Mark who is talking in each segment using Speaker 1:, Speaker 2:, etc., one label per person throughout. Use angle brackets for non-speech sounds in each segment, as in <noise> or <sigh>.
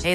Speaker 1: Hey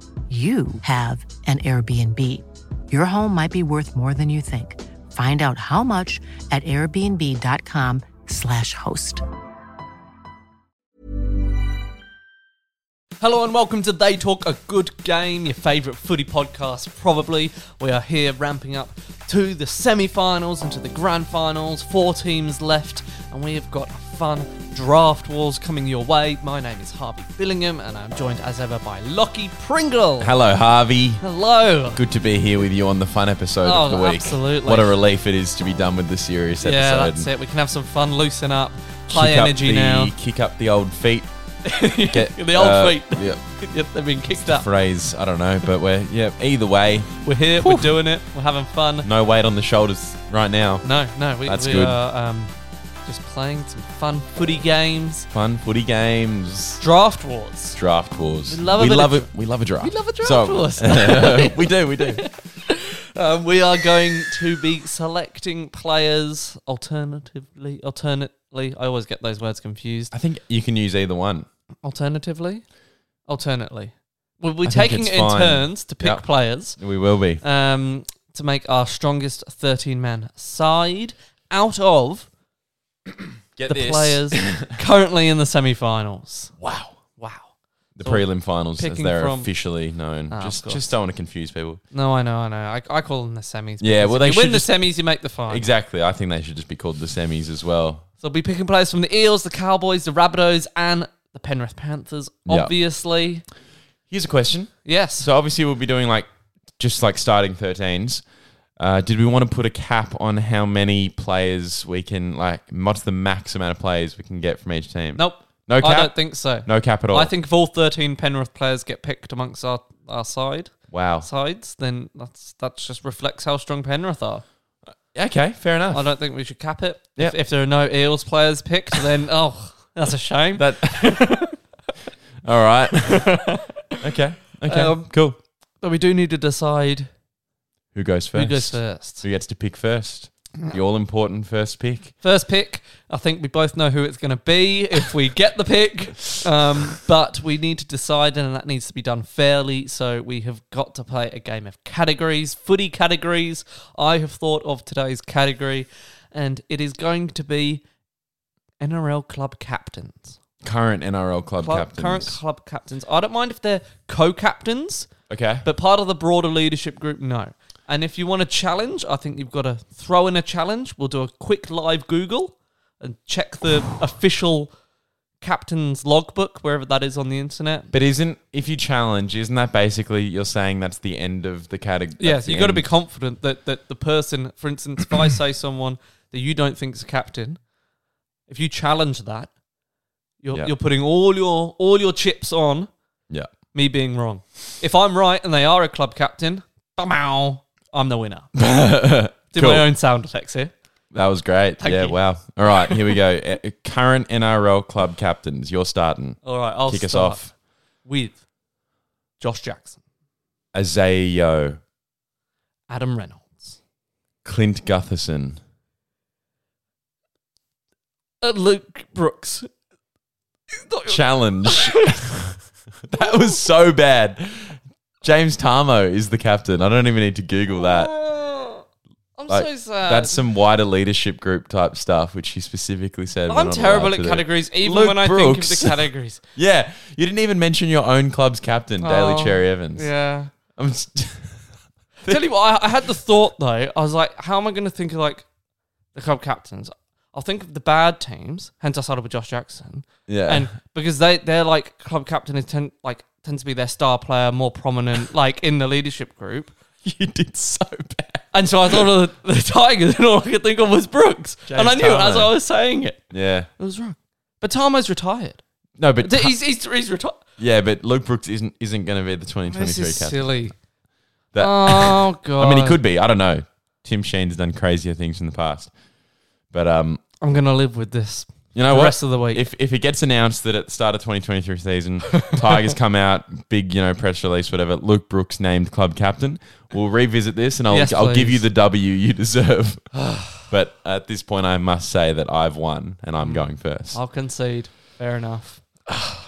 Speaker 1: you have an Airbnb. Your home might be worth more than you think. Find out how much at airbnb.com/slash host.
Speaker 2: Hello and welcome to They Talk a Good Game, your favourite footy podcast, probably. We are here ramping up to the semi finals and to the grand finals. Four teams left, and we have got a fun draft wars coming your way. My name is Harvey Billingham, and I'm joined as ever by Lockie Pringle.
Speaker 3: Hello, Harvey.
Speaker 2: Hello.
Speaker 3: Good to be here with you on the fun episode
Speaker 2: Oh,
Speaker 3: of the week.
Speaker 2: absolutely.
Speaker 3: What a relief it is to be done with the serious
Speaker 2: Yeah,
Speaker 3: episode.
Speaker 2: that's it. We can have some fun, loosen up,
Speaker 3: Kick
Speaker 2: high
Speaker 3: up
Speaker 2: energy
Speaker 3: the-
Speaker 2: now. <laughs>
Speaker 3: Kick up the old feet. Get,
Speaker 2: The old
Speaker 3: uh,
Speaker 2: feet.
Speaker 3: <laughs> Yeah,
Speaker 2: Yep, They've been kicked up.
Speaker 3: phrase. I don't know, but we're yeah. Either way,
Speaker 2: We're here, we're doing it, we're having fun.
Speaker 3: no weight on the shoulders right now.
Speaker 2: No, no, we,
Speaker 3: Mm. That's
Speaker 2: we
Speaker 3: good.
Speaker 2: are um, just playing some fun footy games.
Speaker 3: Fun footy games.
Speaker 2: Draft wars.
Speaker 3: Draft wars.
Speaker 2: We love a bit of-
Speaker 3: it. We love a draft.
Speaker 2: We love a draft wars.
Speaker 3: <laughs> we do.
Speaker 2: <laughs>
Speaker 3: We do.
Speaker 2: Um, we are going to be selecting players alternatively. Alternately, I always get those words confused.
Speaker 3: I think you can use either one.
Speaker 2: Alternatively, alternately. We'll be
Speaker 3: I think
Speaker 2: taking
Speaker 3: it's
Speaker 2: it in
Speaker 3: fine.
Speaker 2: turns to pick
Speaker 3: Yep.
Speaker 2: players
Speaker 3: We will be.
Speaker 2: um, to make our strongest thirteen-man side out of
Speaker 3: Get
Speaker 2: the
Speaker 3: <laughs>
Speaker 2: players currently in the semi-finals.
Speaker 3: Wow.
Speaker 2: Wow.
Speaker 3: The prelim finals, as
Speaker 2: picking
Speaker 3: they're
Speaker 2: from-
Speaker 3: officially known.
Speaker 2: Ah, of
Speaker 3: just,
Speaker 2: course.
Speaker 3: just don't want to confuse people.
Speaker 2: No, I know, I know. I, I call them the semis.
Speaker 3: Yeah,
Speaker 2: because
Speaker 3: well,
Speaker 2: if
Speaker 3: they
Speaker 2: you win
Speaker 3: should
Speaker 2: the
Speaker 3: just-
Speaker 2: semis, you make the final.
Speaker 3: Exactly. I think they should just be called the semis as well.
Speaker 2: So we'll be picking players from the Eels, the Cowboys, the Rabbitohs, and the Penrith Panthers,
Speaker 3: Yeah.
Speaker 2: obviously.
Speaker 3: Here's a question.
Speaker 2: Yes.
Speaker 3: So obviously we'll be doing like just like starting 13s. Uh, did we want to put a cap on how many players we can like? What's the max amount of players we can get from each team?
Speaker 2: nope.
Speaker 3: No cap.
Speaker 2: I don't think so.
Speaker 3: no cap at all.
Speaker 2: I think if all 13 Penrith players get picked amongst our, our side
Speaker 3: Wow.
Speaker 2: sides, then that's that just reflects how strong Penrith are.
Speaker 3: Okay. Fair enough.
Speaker 2: I don't think we should cap it.
Speaker 3: Yep.
Speaker 2: If, if there are no Eels players picked, then oh, that's a shame.
Speaker 3: That.
Speaker 2: <laughs>
Speaker 3: all right. okay. Okay.
Speaker 2: Um,
Speaker 3: cool.
Speaker 2: but we do need to decide
Speaker 3: Who goes first?
Speaker 2: who goes first.
Speaker 3: Who gets to pick first? The all important first pick.
Speaker 2: First pick, I think we both know who it's going to be if we get the pick. Um, but we need to decide, and that needs to be done fairly. So we have got to play a game of categories, footy categories. I have thought of today's category, and it is going to be NRL club captains.
Speaker 3: Current NRL club,
Speaker 2: Clu-
Speaker 3: captains.
Speaker 2: Current club captains. I don't mind if they're co captains,
Speaker 3: okay.
Speaker 2: but part of the broader leadership group, no. And if you want a challenge, I think you've got to throw in a challenge. We'll do a quick live Google and check the official captain's logbook, wherever that is on the internet.
Speaker 3: But isn't if you challenge, isn't that basically you're saying that's the end of the category?
Speaker 2: Yes, you've got to be confident that, that the person, for instance, if I say someone that you don't think is a captain, if you challenge that, you're,
Speaker 3: Yeah.
Speaker 2: you're putting all your all your chips on
Speaker 3: yeah.
Speaker 2: me being wrong. If I'm right and they are a club captain, bow, I'm the
Speaker 3: <laughs>
Speaker 2: winner. Do
Speaker 3: Cool.
Speaker 2: my own sound effects here.
Speaker 3: That was great.
Speaker 2: Thank
Speaker 3: yeah.
Speaker 2: you.
Speaker 3: Wow. All right. Here we go. <laughs> Uh, Current NRL club captains. You're starting.
Speaker 2: All right, I'll
Speaker 3: Kick us
Speaker 2: start
Speaker 3: off.
Speaker 2: with Josh Jackson,
Speaker 3: Azayo,
Speaker 2: Adam Reynolds,
Speaker 3: Clint Gutherson,
Speaker 2: uh, Luke Brooks. He's not your-
Speaker 3: challenge. <laughs> that was so bad. James Tarmo is the captain. I don't even need to Google that.
Speaker 2: Oh, I'm
Speaker 3: Like,
Speaker 2: so sad.
Speaker 3: That's some wider leadership group type stuff, which he specifically said. we're
Speaker 2: I'm
Speaker 3: not
Speaker 2: terrible
Speaker 3: allowed
Speaker 2: at
Speaker 3: to do.
Speaker 2: categories, even
Speaker 3: Luke
Speaker 2: when I think of
Speaker 3: Brooks.
Speaker 2: the
Speaker 3: <laughs>
Speaker 2: categories.
Speaker 3: Yeah, you didn't even mention your own club's captain, Daly
Speaker 2: Oh,
Speaker 3: Cherry Evans.
Speaker 2: yeah.
Speaker 3: I'm just,
Speaker 2: Tell you what, I, I had the thought though. I was like, how am I going to think of like the club captains? I'll think of the bad teams. Hence, I started with Josh Jackson.
Speaker 3: <laughs> yeah,
Speaker 2: and because they they're like club captain is ten, like tends to be their star player, more prominent like in the leadership group.
Speaker 3: <laughs> you did so bad.
Speaker 2: And so I thought of the, the Tigers, and all I could think of was Brooks. and I
Speaker 3: James
Speaker 2: knew it as
Speaker 3: Tamo.
Speaker 2: I was saying it.
Speaker 3: Yeah,
Speaker 2: It was wrong. But Tamo's retired.
Speaker 3: no, but
Speaker 2: Th- He's, he's, he's retired.
Speaker 3: yeah, but Luke Brooks isn't isn't going to be the 2023
Speaker 2: This is
Speaker 3: captain.
Speaker 2: silly.
Speaker 3: That
Speaker 2: Oh god.
Speaker 3: Uh, <laughs> I mean, he could be. I don't know. Tim Sheen's done crazier things in the past, but um,
Speaker 2: I'm gonna live with this
Speaker 3: you know
Speaker 2: the
Speaker 3: what?
Speaker 2: rest of the week.
Speaker 3: if if it gets announced that at the start of 2023 season,
Speaker 2: <laughs>
Speaker 3: Tigers come out big, you know, press release, whatever. Luke Brooks named club captain. We'll revisit this, and I'll
Speaker 2: Yes,
Speaker 3: I'll give
Speaker 2: please.
Speaker 3: you the W
Speaker 2: <sighs>
Speaker 3: you deserve. but at this point, I must say that I've won, and I'm going first.
Speaker 2: Mm. I'll concede. Fair enough.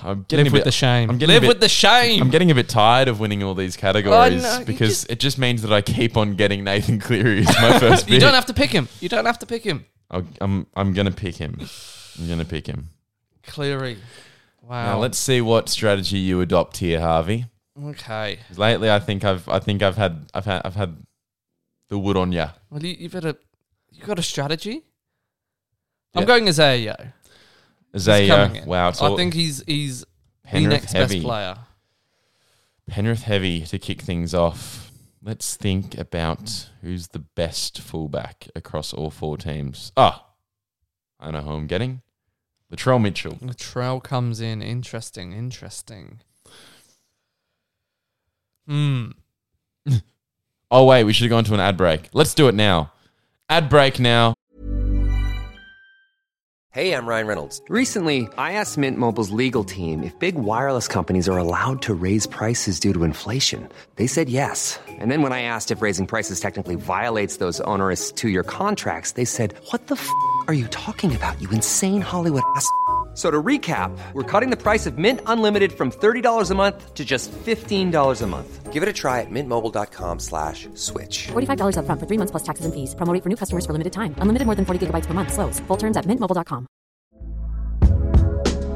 Speaker 3: I'm getting
Speaker 2: Live
Speaker 3: a
Speaker 2: with
Speaker 3: bit-
Speaker 2: the shame.
Speaker 3: I'm getting a
Speaker 2: live
Speaker 3: bit-
Speaker 2: with the shame.
Speaker 3: I'm getting a bit tired of winning all these categories
Speaker 2: Oh, no, you
Speaker 3: because
Speaker 2: just-
Speaker 3: it just means that I keep on getting Nathan Cleary as
Speaker 2: <laughs>
Speaker 3: my first pick.
Speaker 2: you don't have to pick him. You don't have to pick him.
Speaker 3: I'll, I'm I'm gonna pick him. I'm gonna pick him.
Speaker 2: Cleary. Wow.
Speaker 3: Now let's see what strategy you adopt here, Harvey.
Speaker 2: okay.
Speaker 3: 'Cause lately, I think I've I think I've had I've had I've had the wood on ya.
Speaker 2: Well, you, you better. You got a strategy. I'm
Speaker 3: Yeah.
Speaker 2: going as Ayo. coming
Speaker 3: Zayo,
Speaker 2: in.
Speaker 3: wow, it's
Speaker 2: I
Speaker 3: all
Speaker 2: think he's he's the
Speaker 3: Penrith
Speaker 2: next
Speaker 3: heavy.
Speaker 2: best player.
Speaker 3: Penrith heavy to kick things off. Let's think about who's the best fullback across all four teams. Ah, I know who I'm getting. Latrell Mitchell.
Speaker 2: Latrell comes in. Interesting. Interesting. Hmm.
Speaker 3: Oh wait, we should have gone to an ad break. Let's do it now. Ad break now.
Speaker 4: Hey, I'm Ryan Reynolds. Recently, I asked Mint Mobile's legal team if big wireless companies are allowed to raise prices due to inflation. They said yes. And then when I asked if raising prices technically violates those onerous two year contracts, they said, What the f are you talking about, you insane Hollywood ass? f- So to recap, we're cutting the price of Mint Unlimited from $30 a month to just $15 a month. Give it a try at mintmobile.com slash switch.
Speaker 5: $45 upfront for three months plus taxes and fees. Promo rate for new customers for limited time. Unlimited more than 40 gigabytes per month. Slows. Full terms at mintmobile.com.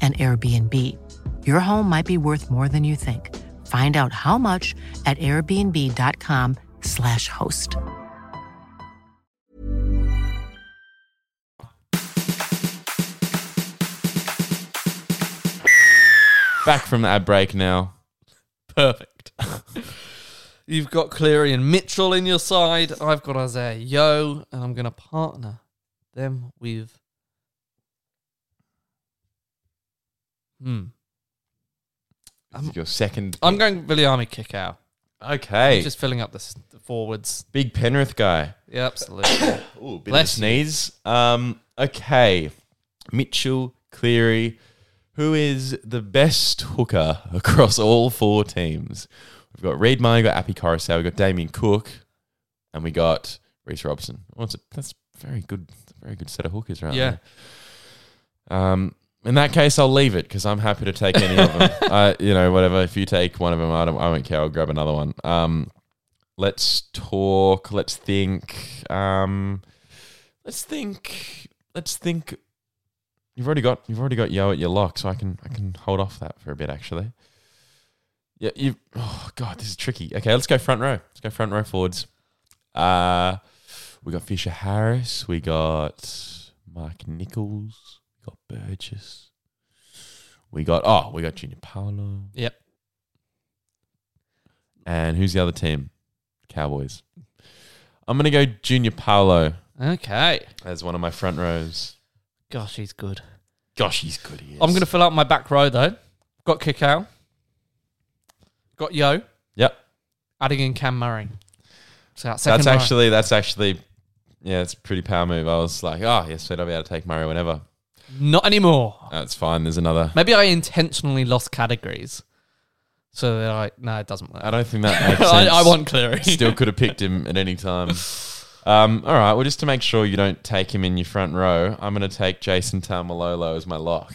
Speaker 1: an Airbnb. Your home might be worth more than you think. Find out how much at airbnb.com/slash host.
Speaker 3: Back from the ad break now.
Speaker 2: Perfect. <laughs> You've got Cleary and Mitchell in your side. I've got Isaiah Yo, and I'm going to partner them with. Hmm. Um,
Speaker 3: This is your second.
Speaker 2: I'm going Viliami Kickow.
Speaker 3: okay.
Speaker 2: Just filling up the, s- the forwards.
Speaker 3: big Penrith guy.
Speaker 2: Yeah,
Speaker 3: <coughs>
Speaker 2: absolutely.
Speaker 3: Ooh, bit
Speaker 2: Bless
Speaker 3: of a sneeze. Um, okay, Mitchell Cleary, who is the best hooker across all four teams? We've got Reid Murray, we've got Appy Coruscant, we've got Damien Cook, and we got Reese Robson. Oh, it's a, that's very good. That's a very good set of hookers, right?
Speaker 2: Yeah.
Speaker 3: there. Um, in that case, I'll leave it because I'm happy to take any of them. Uh, you know, whatever. If you take one of them, I, don't, I won't care. I'll grab another one. Um, let's talk. Let's think. Um, Let's think. Let's think. You've already got you've already got yo at your lock, so I can I can hold off that for a bit actually. Yeah, you. Oh god, this is tricky. Okay, let's go front row. Let's go front row forwards. Uh we got Fisher Harris. We got Mike Nichols. We got Burgess. We got oh, we got Junior Paolo.
Speaker 2: yep.
Speaker 3: And who's the other team? Cowboys. I'm gonna go Junior Paolo
Speaker 2: Okay.
Speaker 3: as one of my front rows.
Speaker 2: Gosh, he's good.
Speaker 3: Gosh, he's good. He is.
Speaker 2: I'm going to fill up my back row, though. Got Kickow. Got Yo.
Speaker 3: Yep.
Speaker 2: Adding in Cam Murray. So that's,
Speaker 3: That's
Speaker 2: second row.
Speaker 3: actually that's actually yeah, it's a pretty power move. I was like, oh yes, I'll be able to take Murray whenever.
Speaker 2: Not anymore.
Speaker 3: That's fine. There's another.
Speaker 2: Maybe I intentionally lost categories. So they're like, no, it doesn't work.
Speaker 3: I
Speaker 2: I,
Speaker 3: don't think
Speaker 2: <laughs>
Speaker 3: that makes sense.
Speaker 2: I, want Cleary.
Speaker 3: Still could have picked him at any time. Um, all right. Well, just to make sure you don't take him in your front row, I'm going to take Jason Tamalolo as my lock.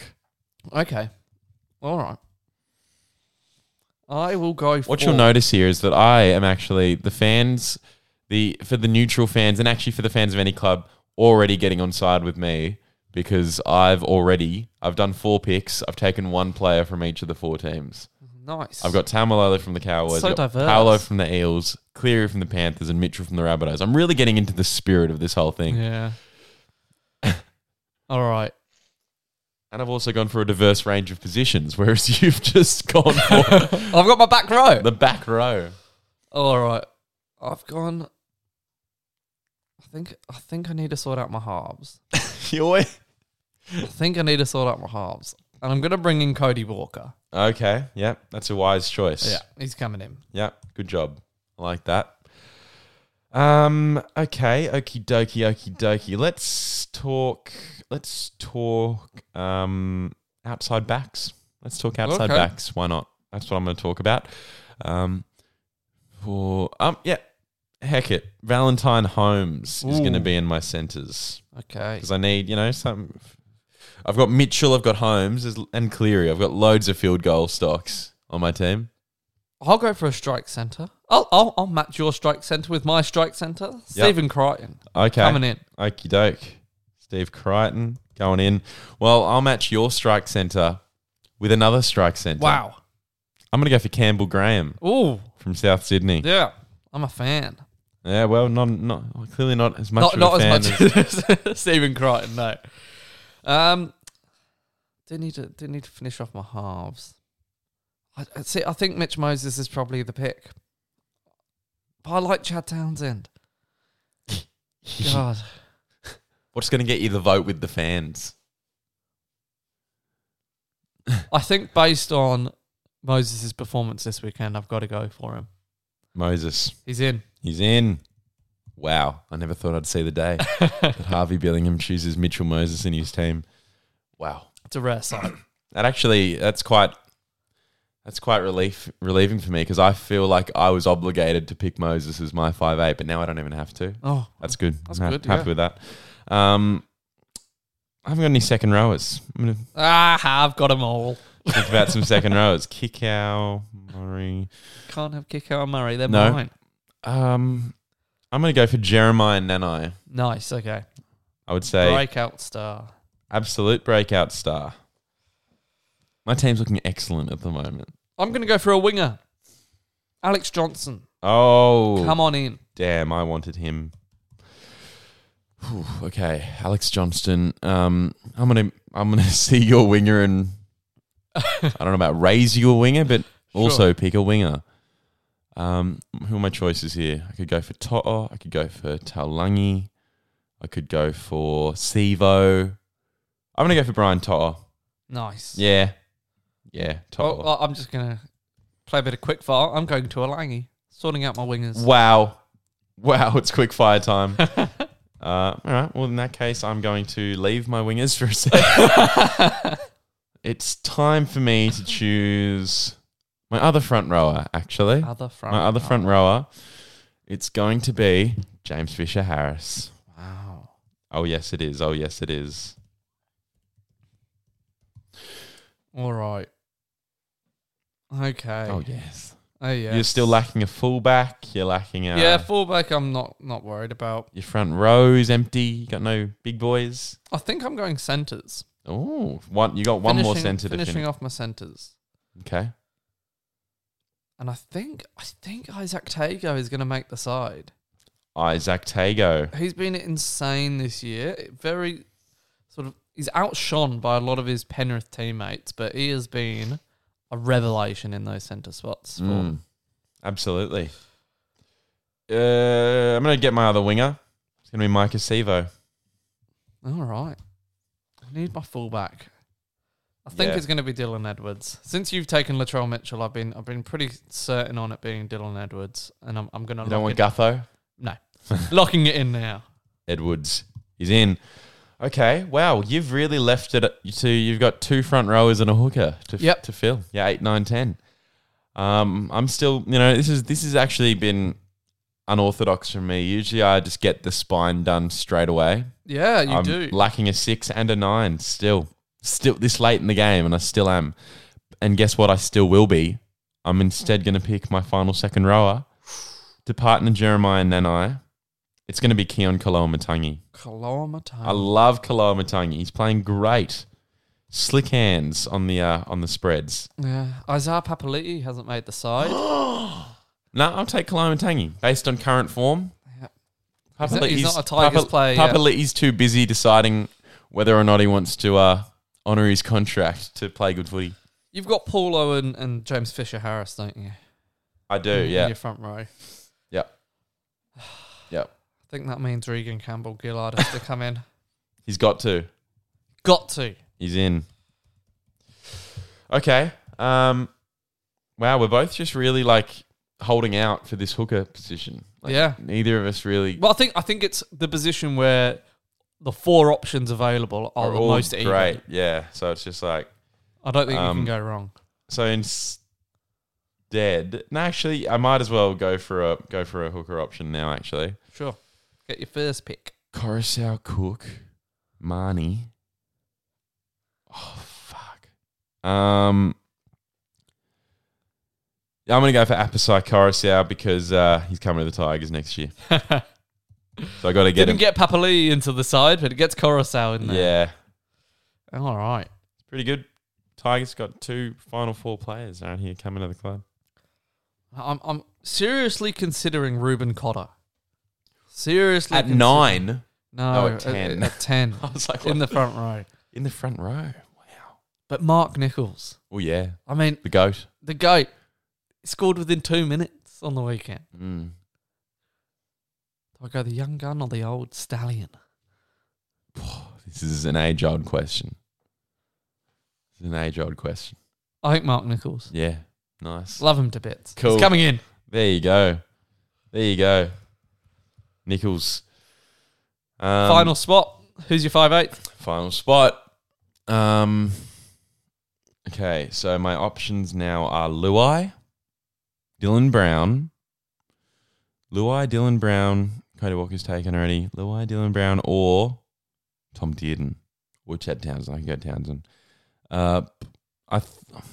Speaker 2: Okay. All right. I will go for.
Speaker 3: What you'll notice here is that I am actually the fans, the for the neutral fans, and actually for the fans of any club, already getting on side with me because I've already I've done four picks. I've taken one player from each of the four teams.
Speaker 2: Nice.
Speaker 3: I've got Tamalolo from the Cowboys,
Speaker 2: So
Speaker 3: I've got
Speaker 2: diverse.
Speaker 3: Paolo from the Eels, Cleary from the Panthers, and Mitchell from the Rabbitohs. I'm really getting into the spirit of this whole thing.
Speaker 2: Yeah. <laughs> All right.
Speaker 3: And I've also gone for a diverse range of positions, whereas <laughs> you've just gone
Speaker 2: <laughs>
Speaker 3: for
Speaker 2: I've got my back row.
Speaker 3: the back row.
Speaker 2: Oh, All right. I've gone. I think I think I need to sort out my halves.
Speaker 3: You always-
Speaker 2: I think I need to sort out my halves, and I'm gonna bring in Cody Walker.
Speaker 3: Okay, yeah, that's a wise choice.
Speaker 2: Yeah, he's coming in.
Speaker 3: Yeah, good job. I like that. Um, okay, okie dokie, okie dokie. Let's talk let's talk um outside backs. Let's talk outside
Speaker 2: Okay.
Speaker 3: backs. Why not? That's what I'm gonna talk about. Um for um yeah. Heck it. Valentine Holmes is
Speaker 2: Ooh.
Speaker 3: gonna be in my centres.
Speaker 2: Okay.
Speaker 3: Because I need, you know, some I've got Mitchell, I've got Holmes there's- and Cleary. I've got loads of field goal stocks on my team.
Speaker 2: I'll go for a strike center. I'll I'll, I'll match your strike center with my strike center, Stephen Crichton.
Speaker 3: Okay.
Speaker 2: Coming in.
Speaker 3: Okie doke. Steve Crichton going in. Well, I'll match your strike centre with another strike centre.
Speaker 2: Wow.
Speaker 3: I'm going to go for Campbell Graham
Speaker 2: Ooh.
Speaker 3: from South Sydney. Yeah,
Speaker 2: Yeah. I'm a fan.
Speaker 3: well, not, not clearly not as much
Speaker 2: Not
Speaker 3: of
Speaker 2: not
Speaker 3: a fan
Speaker 2: as much <laughs> as Stephen Crichton. No. Um. Do need to do need to finish off my halves. I, I see. I think Mitch Moses is probably the pick. But I like Chad Townsend. God.
Speaker 3: <laughs> What's going to get you the vote with the fans?
Speaker 2: I think based on Moses' performance this weekend, I've got to go for him.
Speaker 3: Moses.
Speaker 2: He's in.
Speaker 3: He's in. Wow. I never thought I'd see the day
Speaker 2: <laughs>
Speaker 3: that Harvey Billingham chooses Mitchell Moses in his team. Wow.
Speaker 2: It's a rare
Speaker 3: <coughs>
Speaker 2: sight.
Speaker 3: That actually, that's quite, that's quite relief relieving for me because I feel like I was obligated to pick Moses as my five eight, but now I don't even have to.
Speaker 2: Oh,
Speaker 3: That's good.
Speaker 2: That's
Speaker 3: I'm ha-
Speaker 2: good,
Speaker 3: Happy
Speaker 2: yeah.
Speaker 3: with that. Um, I haven't got any second rowers. I'm gonna
Speaker 2: ah, I've got them all.
Speaker 3: think about some
Speaker 2: <laughs>
Speaker 3: second rowers. Kickow, Murray.
Speaker 2: Can't have Kiko and Murray. They're
Speaker 3: No.
Speaker 2: mine.
Speaker 3: Um, I'm gonna go for Jeremiah Nanai.
Speaker 2: Nice. Okay.
Speaker 3: I would say
Speaker 2: Breakout star.
Speaker 3: absolute breakout star. My team's looking excellent at the moment.
Speaker 2: I'm going to go for a winger. Alex Johnson.
Speaker 3: Oh,
Speaker 2: Come on in.
Speaker 3: Damn, I wanted him. Whew, okay, Alex Johnston. Um, I'm gonna I'm gonna <laughs> see your winger and I don't know about raise your winger, but also pick a winger. Um, who are my choices here? I could go for Toto. I could go for Talangi. I could go for Sivo. I'm gonna go for Brian Toto.
Speaker 2: Nice.
Speaker 3: Yeah, yeah, Toto.
Speaker 2: Oh, oh, I'm just going to play a bit of quick fire. I'm going to Alangi, sorting out my wingers.
Speaker 3: Wow. Wow, it's quick fire
Speaker 2: <laughs>
Speaker 3: time. uh, all right. Well, in that case, I'm going to leave my wingers for a sec.
Speaker 2: <laughs>
Speaker 3: it's time for me to choose my other front rower, actually.
Speaker 2: Other front.
Speaker 3: my other front rower. It's going to be James Fisher Harris.
Speaker 2: Wow.
Speaker 3: Oh, yes, it is. Oh, yes, it is.
Speaker 2: All right. Okay.
Speaker 3: Oh, yes.
Speaker 2: Oh, yeah.
Speaker 3: You're still lacking a fullback. You're lacking a.
Speaker 2: Yeah, fullback. I'm not not worried about.
Speaker 3: your front row's empty. You got no big boys.
Speaker 2: I think I'm going centers.
Speaker 3: Oh, one. You got one more centre to
Speaker 2: Finishing
Speaker 3: finish.
Speaker 2: off my centers.
Speaker 3: Okay.
Speaker 2: And I think I think Isaac Tago is going to make the side.
Speaker 3: Isaac Tago.
Speaker 2: He's been insane this year. Very sort of he's outshone by a lot of his Penrith teammates, but he has been a revelation in those centre spots. For,
Speaker 3: Mm. Absolutely. Uh, I'm going to get my other winger. It's going to be Mike Acevo.
Speaker 2: All right, I need my fullback. I think
Speaker 3: Yeah.
Speaker 2: it's going to be Dylan Edwards. Since you've taken Latrell Mitchell, I've been I've been pretty certain on it being Dylan Edwards, and I'm I'm going to
Speaker 3: You don't want Gutho?
Speaker 2: no
Speaker 3: <laughs>
Speaker 2: locking it in now.
Speaker 3: Edwards is in. Okay. Wow. You've really left it to, you've got two front rowers and a hooker to, f-
Speaker 2: Yep.
Speaker 3: to fill. Yeah. Eight, nine, ten. Um, I'm still, you know, this is, this has actually been unorthodox from me. Usually I just get the spine done straight away.
Speaker 2: Yeah, you
Speaker 3: I'm
Speaker 2: do.
Speaker 3: lacking a six and a nine still. Still this late in the game, and I still am. And guess what? I still will be. I'm instead going to pick my final second rower to partner Jeremiah and Nanai. It's going to be Keon Kaloa Matangi.
Speaker 2: Kalorma
Speaker 3: I love Kaloa Matangi. He's playing great. Slick hands on the uh, on the spreads.
Speaker 2: Yeah. Isaiah Papali'i hasn't made the side.
Speaker 3: No, I'll take Kalama Tangi based on current form.
Speaker 2: He's not- he's not a Tigers player yet.
Speaker 3: Papali'i's too busy deciding whether or not he wants to uh, honour his contract to play good footy.
Speaker 2: You've got Paul Owen and James Fisher Harris, don't you?
Speaker 3: I do,
Speaker 2: In
Speaker 3: yeah,
Speaker 2: your front row. I
Speaker 3: yeah, yeah.
Speaker 2: think that means Regan Campbell Gillard has to come in. <laughs>
Speaker 3: He's got to.
Speaker 2: Got to.
Speaker 3: He's in. Okay. Um. Wow, we're both just really like holding out for this hooker position. Like,
Speaker 2: Yeah.
Speaker 3: Neither of us really
Speaker 2: Well, I think I think it's the position where the four options available are,
Speaker 3: are
Speaker 2: the
Speaker 3: all
Speaker 2: most even.
Speaker 3: great. Yeah. So it's just like
Speaker 2: I don't think you
Speaker 3: Um,
Speaker 2: can go wrong.
Speaker 3: so instead. No, actually, I might as well go for a go for a hooker option now. Actually,
Speaker 2: Sure. Get your first pick.
Speaker 3: Coruscant Cook, Marnie. Oh fuck. Um. yeah, I'm gonna go for Apasai Coruscant because uh, he's coming to the Tigers
Speaker 2: <laughs>
Speaker 3: next year. so I got to get
Speaker 2: Didn't
Speaker 3: him.
Speaker 2: get Papali into the side, but it gets Coruscant in there.
Speaker 3: yeah,
Speaker 2: Yeah. All right.
Speaker 3: pretty good. Tigers got two final four players around here coming to the club.
Speaker 2: I'm I'm seriously considering Ruben Cotter. Seriously
Speaker 3: At
Speaker 2: consider-
Speaker 3: nine
Speaker 2: No,
Speaker 3: Oh, at 10.
Speaker 2: At, ten.
Speaker 3: <laughs> I was like,
Speaker 2: in the
Speaker 3: what?
Speaker 2: front row.
Speaker 3: in the front row. Wow.
Speaker 2: But Mark Nichols.
Speaker 3: Oh yeah,
Speaker 2: I mean,
Speaker 3: the goat.
Speaker 2: the goat scored within two minutes on the weekend.
Speaker 3: Mm.
Speaker 2: Do I go the young gun or the old stallion?
Speaker 3: This is an age-old question. This is an age-old question.
Speaker 2: I think Mark Nichols.
Speaker 3: Yeah, nice.
Speaker 2: Love him to bits.
Speaker 3: Cool.
Speaker 2: He's coming in.
Speaker 3: There you go. There you go. Nichols. Um,
Speaker 2: Final spot. Who's your five eight?
Speaker 3: final spot. Um. Okay, so my options now are Luai, Dylan Brown, Luai, Dylan Brown. Cody Walker's taken already. Luai, Dylan Brown, or Tom Dearden, or Chad Townsend. I can go Townsend. Uh, I, th-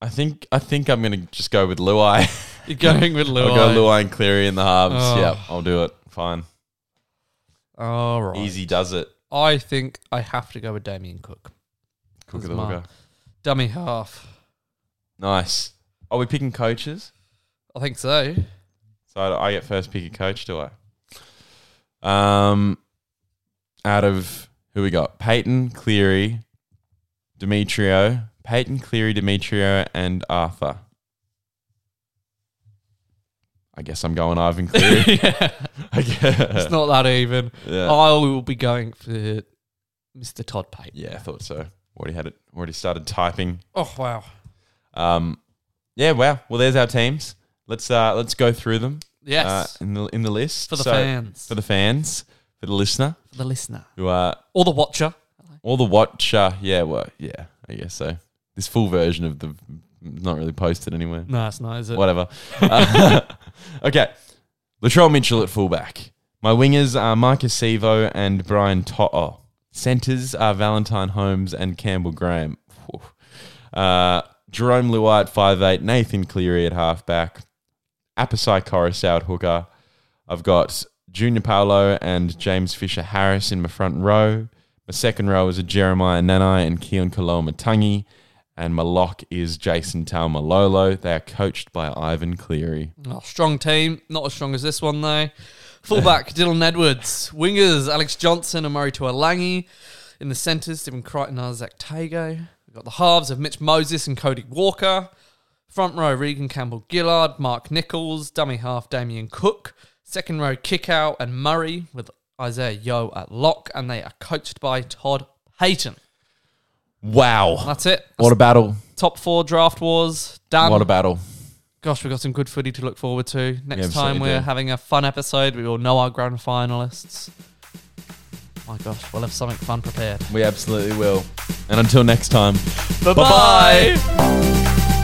Speaker 3: I think I think I'm gonna just go with Luai. <laughs>
Speaker 2: You're going with Lou.
Speaker 3: I'll go Luai and Cleary in the halves.
Speaker 2: Oh.
Speaker 3: Yep, I'll do it. Fine.
Speaker 2: All right.
Speaker 3: Easy does it.
Speaker 2: I think I have to go with Damien Cook.
Speaker 3: Cook
Speaker 2: That's
Speaker 3: of the
Speaker 2: mine.
Speaker 3: hooker.
Speaker 2: Dummy half.
Speaker 3: Nice. Are we picking coaches?
Speaker 2: I think so.
Speaker 3: So I I get first pick a coach, do I? Um, out of who we got? Peyton, Cleary, Demetrio, Peyton, Cleary, Demetrio, and Arthur. I guess I'm going Ivan Cleary.
Speaker 2: <laughs> yeah.
Speaker 3: I guess.
Speaker 2: It's not that even.
Speaker 3: Yeah.
Speaker 2: I will be going for Mr. Todd Payton.
Speaker 3: yeah, I thought so. Already had it. Already started typing.
Speaker 2: Oh wow.
Speaker 3: Um, yeah. Wow. Well, there's our teams. Let's uh, let's go through them.
Speaker 2: Yes.
Speaker 3: Uh, in the in the list
Speaker 2: for the
Speaker 3: So-
Speaker 2: fans.
Speaker 3: for the fans, for the listener
Speaker 2: for the listener.
Speaker 3: who are
Speaker 2: Or the watcher.
Speaker 3: All the watcher, yeah, well, yeah, I guess so. This full version of the not really posted anywhere.
Speaker 2: No, it's not, is it?
Speaker 3: Whatever. <laughs> Uh, okay, Latrell Mitchell at fullback. My wingers are Marcus Sevo and Brian To'o. Centers are Valentine Holmes and Campbell Graham. Whew. Uh, Jerome Luai at 5'8", Nathan Cleary at halfback, Apasai Coruscant at hooker. I've got Junior Paolo and James Fisher Harris in my front row. My second row is a Jeremiah Nanai and Keon Kaloma Tangi. And my lock is Jason Taumalolo. They are coached by Ivan Cleary.
Speaker 2: Oh, strong team. Not as strong as this one, though.
Speaker 3: <laughs>
Speaker 2: Fullback, Dylan Edwards. Wingers, Alex Johnson and Murray Tuolangi. In the centres, Stephen Crichton and Zach Tago. We've got the halves of Mitch Moses and Cody Walker. Front row, Regan Campbell Gillard, Mark Nichols. Dummy half, Damien Cook. Second row, Kickout and Murray with Isaiah Yo at lock. And they are coached by Todd Payton.
Speaker 3: Wow.
Speaker 2: That's it.
Speaker 3: What a battle.
Speaker 2: Top four draft wars. Done.
Speaker 3: What a battle.
Speaker 2: Gosh, we've got some good footy to look forward to. Next
Speaker 3: absolutely
Speaker 2: time we're
Speaker 3: do.
Speaker 2: having a fun episode, we will know our grand finalists. My gosh, we'll have something fun prepared.
Speaker 3: We absolutely will. And until next time.
Speaker 2: Bye-bye.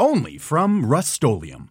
Speaker 6: Only from Rust-Oleum.